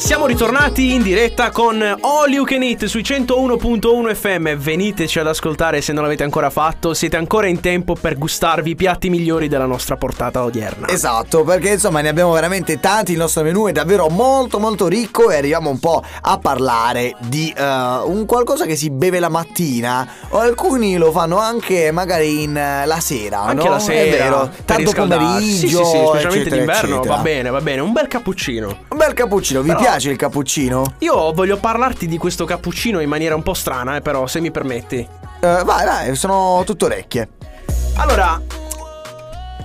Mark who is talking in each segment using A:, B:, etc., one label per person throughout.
A: Siamo ritornati in diretta con All You Can Eat sui 101.1 FM. Veniteci ad ascoltare se non l'avete ancora fatto. Siete ancora in tempo per gustarvi i piatti migliori della nostra portata odierna.
B: Esatto, perché insomma ne abbiamo veramente tanti, il nostro menù è davvero molto molto ricco e arriviamo un po' a parlare di eh, un qualcosa che si beve la mattina o alcuni lo fanno anche magari in, eh, la sera,
A: Anche
B: no?
A: la sera,
B: è vero,
A: per
B: tanto
A: riscaldarsi.
B: pomeriggio,
A: Sì, sì, sì, specialmente
B: eccetera,
A: d'inverno.
B: eccetera.
A: Va bene, va bene. Un bel cappuccino.
B: Un bel cappuccino, vi
A: Però-
B: piace il cappuccino?
A: Io voglio parlarti di questo cappuccino in maniera un po' strana, eh, però, se mi permetti.
B: Eh, vai, vai, sono tutto orecchie.
A: Allora,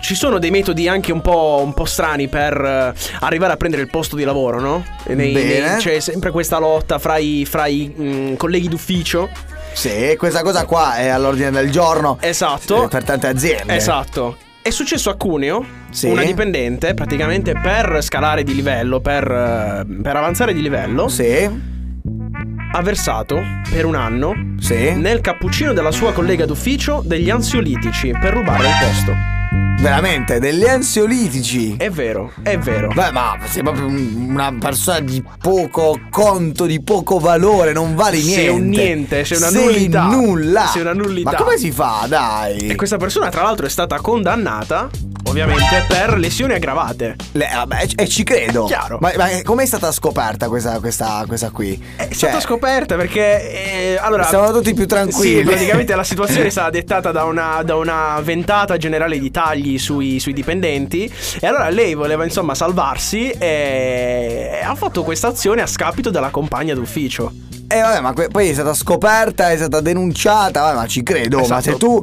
A: ci sono dei metodi anche un po', un po' strani per eh, arrivare a prendere il posto di lavoro, no? E
B: Bene.
A: c'è sempre questa lotta fra i, fra i, mm, colleghi d'ufficio.
B: Sì, questa cosa qua è all'ordine del giorno
A: Esatto.
B: eh, per tante aziende.
A: Esatto. È successo a Cuneo.
B: Sì.
A: Una dipendente, praticamente per scalare di livello, per, eh, per avanzare di livello,
B: Sì,
A: ha versato per un anno
B: sì.
A: nel cappuccino della sua collega d'ufficio degli ansiolitici per rubare il posto.
B: Veramente, degli ansiolitici.
A: È vero, è vero.
B: Beh, ma sei proprio un- una persona di poco conto, di poco valore, non vale niente.
A: Sei un niente, sei una nullità.
B: nulla.
A: Sei una nullità.
B: Ma come si fa, dai?
A: E questa persona, tra l'altro, è stata condannata, ovviamente, per lesioni aggravate.
B: Le- vabbè, e ci credo.
A: Chiaro.
B: Ma, ma com'è stata scoperta questa, questa, questa qui? Cioè,
A: È stata scoperta perché. eh, allora,
B: Siamo tutti più tranquilli.
A: Sì, praticamente la situazione è stata dettata da una, da una ventata generale di tagli sui, sui dipendenti. E allora lei voleva, insomma, salvarsi e, e ha fatto questa azione a scapito della compagna d'ufficio.
B: E Eh, vabbè, ma que- poi è stata scoperta, è stata denunciata, vabbè, ma ci credo, ma
A: Esatto.
B: se tu,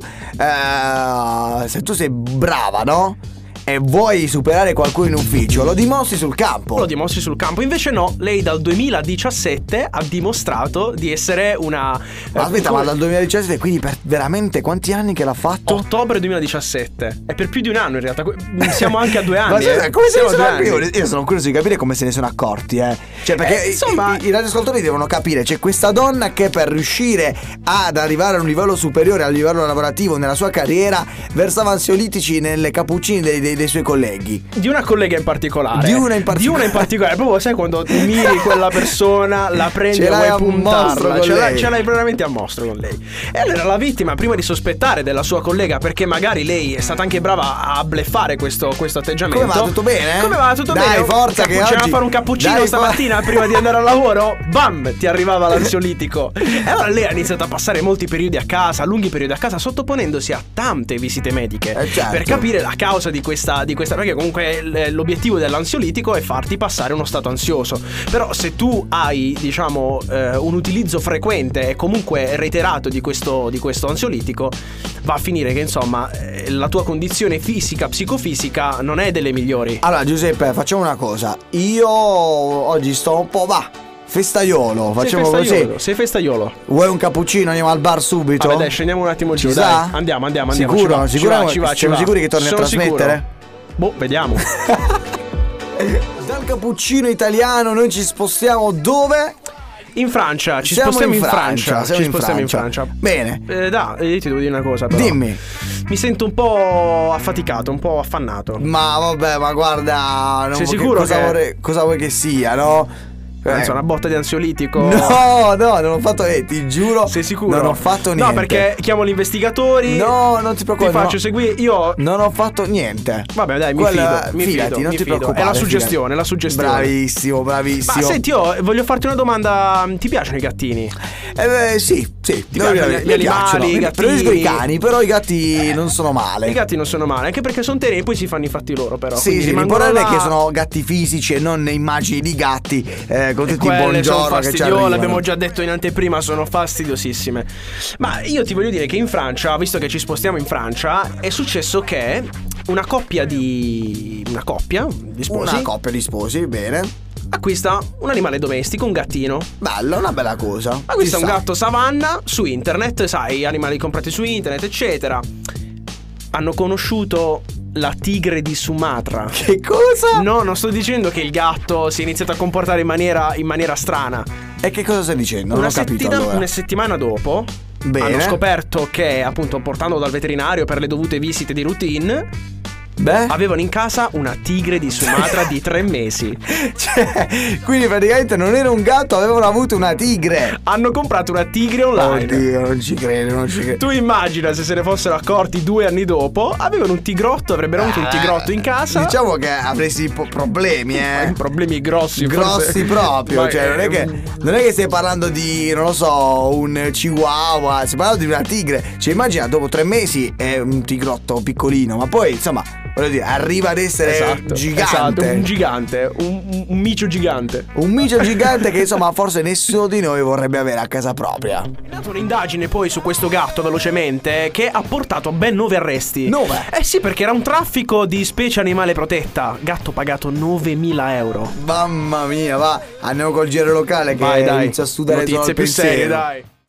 B: eh, se tu sei brava, no? E vuoi superare qualcuno in ufficio, lo dimostri sul campo.
A: Lo dimostri sul campo. Invece, no, lei dal 2017 ha dimostrato di essere una. eh,
B: Ma aspetta,
A: come-
B: ma dal 2017, quindi per veramente quanti anni che l'ha fatto?
A: Ottobre 2017 È per più di un anno in realtà Que- mm, Siamo anche a due anni
B: Ma scusa,
A: eh.
B: come se ne
A: Siamo a
B: sono
A: due
B: io,
A: anni.
B: io sono curioso di capire come se ne sono accorti, eh. Cioè, perché
A: Eh, insomma-
B: i, i- i radioascoltatori devono capire, c'è questa donna che per riuscire ad arrivare a un livello superiore, a un livello lavorativo nella sua carriera, versava ansiolitici nelle cappuccine dei, dei- dei suoi colleghi.
A: Di una collega in particolare
B: Di una in particolare.
A: Di una in particolare Proprio sai quando miri quella persona La prendi
B: Ce
A: e
B: l'hai a
A: vuoi
B: mostro
A: puntarla
B: con
A: ce l'hai,
B: lei.
A: ce l'hai veramente a mostro con lei E allora la vittima prima di sospettare della sua collega Perché magari lei è stata anche brava a bleffare questo, questo atteggiamento
B: Come va, tutto bene, eh?
A: Come va tutto
B: Dai,
A: bene
B: forza, che
A: Cappuccino,
B: oggi-
A: a fare un cappuccino
B: Dai,
A: stamattina
B: for-
A: Ah, Prima di andare al lavoro Bam ti arrivava l'ansiolitico E allora lei ha iniziato a passare molti periodi a casa Lunghi periodi a casa Sottoponendosi a tante visite mediche
B: Eh, certo.
A: Per capire la causa di questa, di questa perché comunque l- l'obiettivo dell'ansiolitico è farti passare uno stato ansioso però se tu hai diciamo eh, un utilizzo frequente e comunque reiterato di questo, di questo ansiolitico va a finire che insomma eh, la tua condizione fisica psicofisica non è delle migliori
B: Allora, Giuseppe, facciamo una cosa. Io oggi sto un po', va, festaiolo, facciamo
A: sei festaiolo,
B: così.
A: sei festaiolo.
B: Vuoi un cappuccino? Andiamo al bar subito.
A: Vabbè, dai, scendiamo un attimo
B: Ci
A: giù.
B: sa?
A: Dai. Andiamo, andiamo, andiamo.
B: Sicuro,
A: ci va, ci
B: sicuro?
A: va, ci va, ci
B: Siamo
A: va.
B: sicuri che torni a
A: Sono sicuro.
B: trasmettere?
A: Boh, vediamo.
B: Dal cappuccino italiano noi ci spostiamo dove?
A: In Francia, ci
B: Siamo
A: spostiamo in
B: in
A: Francia.
B: Francia, siamo
A: ci
B: in
A: spostiamo in
B: Francia.
A: Francia.
B: Bene.
A: Eh, da, eh, io ti devo dire una cosa, però.
B: Dimmi.
A: Mi sento un po' affaticato, un po' affannato.
B: Ma vabbè, ma guarda, non
A: Sei
B: che-
A: sicuro
B: cosa,
A: che-
B: vorrei- cosa vuoi che sia, no? Eh,
A: Penso una botta di ansiolitico.
B: No, no, non ho fatto niente, ti giuro.
A: Sei sicuro?
B: Non ho fatto niente.
A: No, perché chiamo gli investigatori.
B: No, non ti
A: Ti
B: preoccupare.
A: faccio
B: no.
A: seguire. Io.
B: Non ho fatto niente.
A: Vabbè, dai, mi
B: Quella-
A: fido. Mi
B: fidati,
A: fido,
B: non
A: mi
B: ti
A: fido.
B: preoccupare.
A: È la
B: fidati.
A: suggestione, è la suggestione.
B: Bravissimo, bravissimo.
A: Ma senti, io voglio farti una domanda. Ti piacciono i gattini?
B: Eh, beh, sì, sì.
A: Ti
B: no,
A: piacciono
B: mi-
A: gli
B: mi
A: animali,
B: piacciono.
A: i
B: Mi-
A: gattini?
B: Preferisco i cani, però i gatti non sono male.
A: I gatti non sono male, anche perché sono teneri e poi si fanno i fatti loro, però.
B: Sì,
A: Quindi
B: sì,
A: rimangono
B: l'importante
A: là.
B: è che sono gatti fisici e non immagini di gatti eh, con tutti i
A: Quelle sono
B: buongiorno che ci
A: fastidiose,
B: arrivano.
A: l'abbiamo già detto in anteprima, sono fastidiosissime. Ma io ti voglio dire che in Francia, visto che ci spostiamo in Francia, è successo che una coppia di. una coppia di sposi
B: Una coppia di sposi, bene.
A: acquista un animale domestico, un gattino.
B: Bella, una bella cosa. Ma
A: Acquista un gatto savanna su internet, sai, animali comprati su internet, eccetera. Hanno conosciuto la tigre di Sumatra.
B: Che cosa?
A: No, non sto dicendo che il gatto si è iniziato a comportare in maniera, in maniera strana.
B: E che cosa stai dicendo? Non
A: una,
B: ho capito
A: settina-
B: allora.
A: una settimana dopo
B: Bene.
A: hanno scoperto che, appunto, portandolo dal veterinario per le dovute visite di routine,
B: Beh.
A: Avevano in casa una tigre di Sumatra di tre mesi.
B: Cioè, quindi praticamente non era un gatto, avevano avuto una tigre.
A: Hanno comprato una tigre online.
B: Oddio, non ci credo, non ci credo.
A: Tu immagina se se ne fossero accorti due anni dopo, avevano un tigrotto, avrebbero
B: Eh,
A: avuto un tigrotto in casa.
B: Diciamo che avresti po- problemi, eh.
A: Problemi grossi, forse.
B: Grossi proprio,
A: Ma,
B: cioè non è,
A: eh,
B: che, non è che stai parlando di, non lo so, un chihuahua, stai parlando di una tigre. Cioè immagina dopo tre mesi è un tigrotto piccolino, ma poi insomma, voglio dire, arriva ad essere
A: Esatto,
B: gigante.
A: esatto, un gigante, un, un- un micio gigante.
B: un micio gigante che insomma forse nessuno di noi vorrebbe avere a casa propria.
A: È nata un'indagine poi su questo gatto velocemente che ha portato a ben 9 arresti.
B: Nove?
A: Eh sì, perché era un traffico di specie animale protetta. Gatto pagato 9.000 euro.
B: Mamma mia, va, andiamo col giro locale che
A: Vai, dai.
B: inizio a sudare solo
A: Notizie
B: il
A: più serie,
B: pensiero.
A: dai.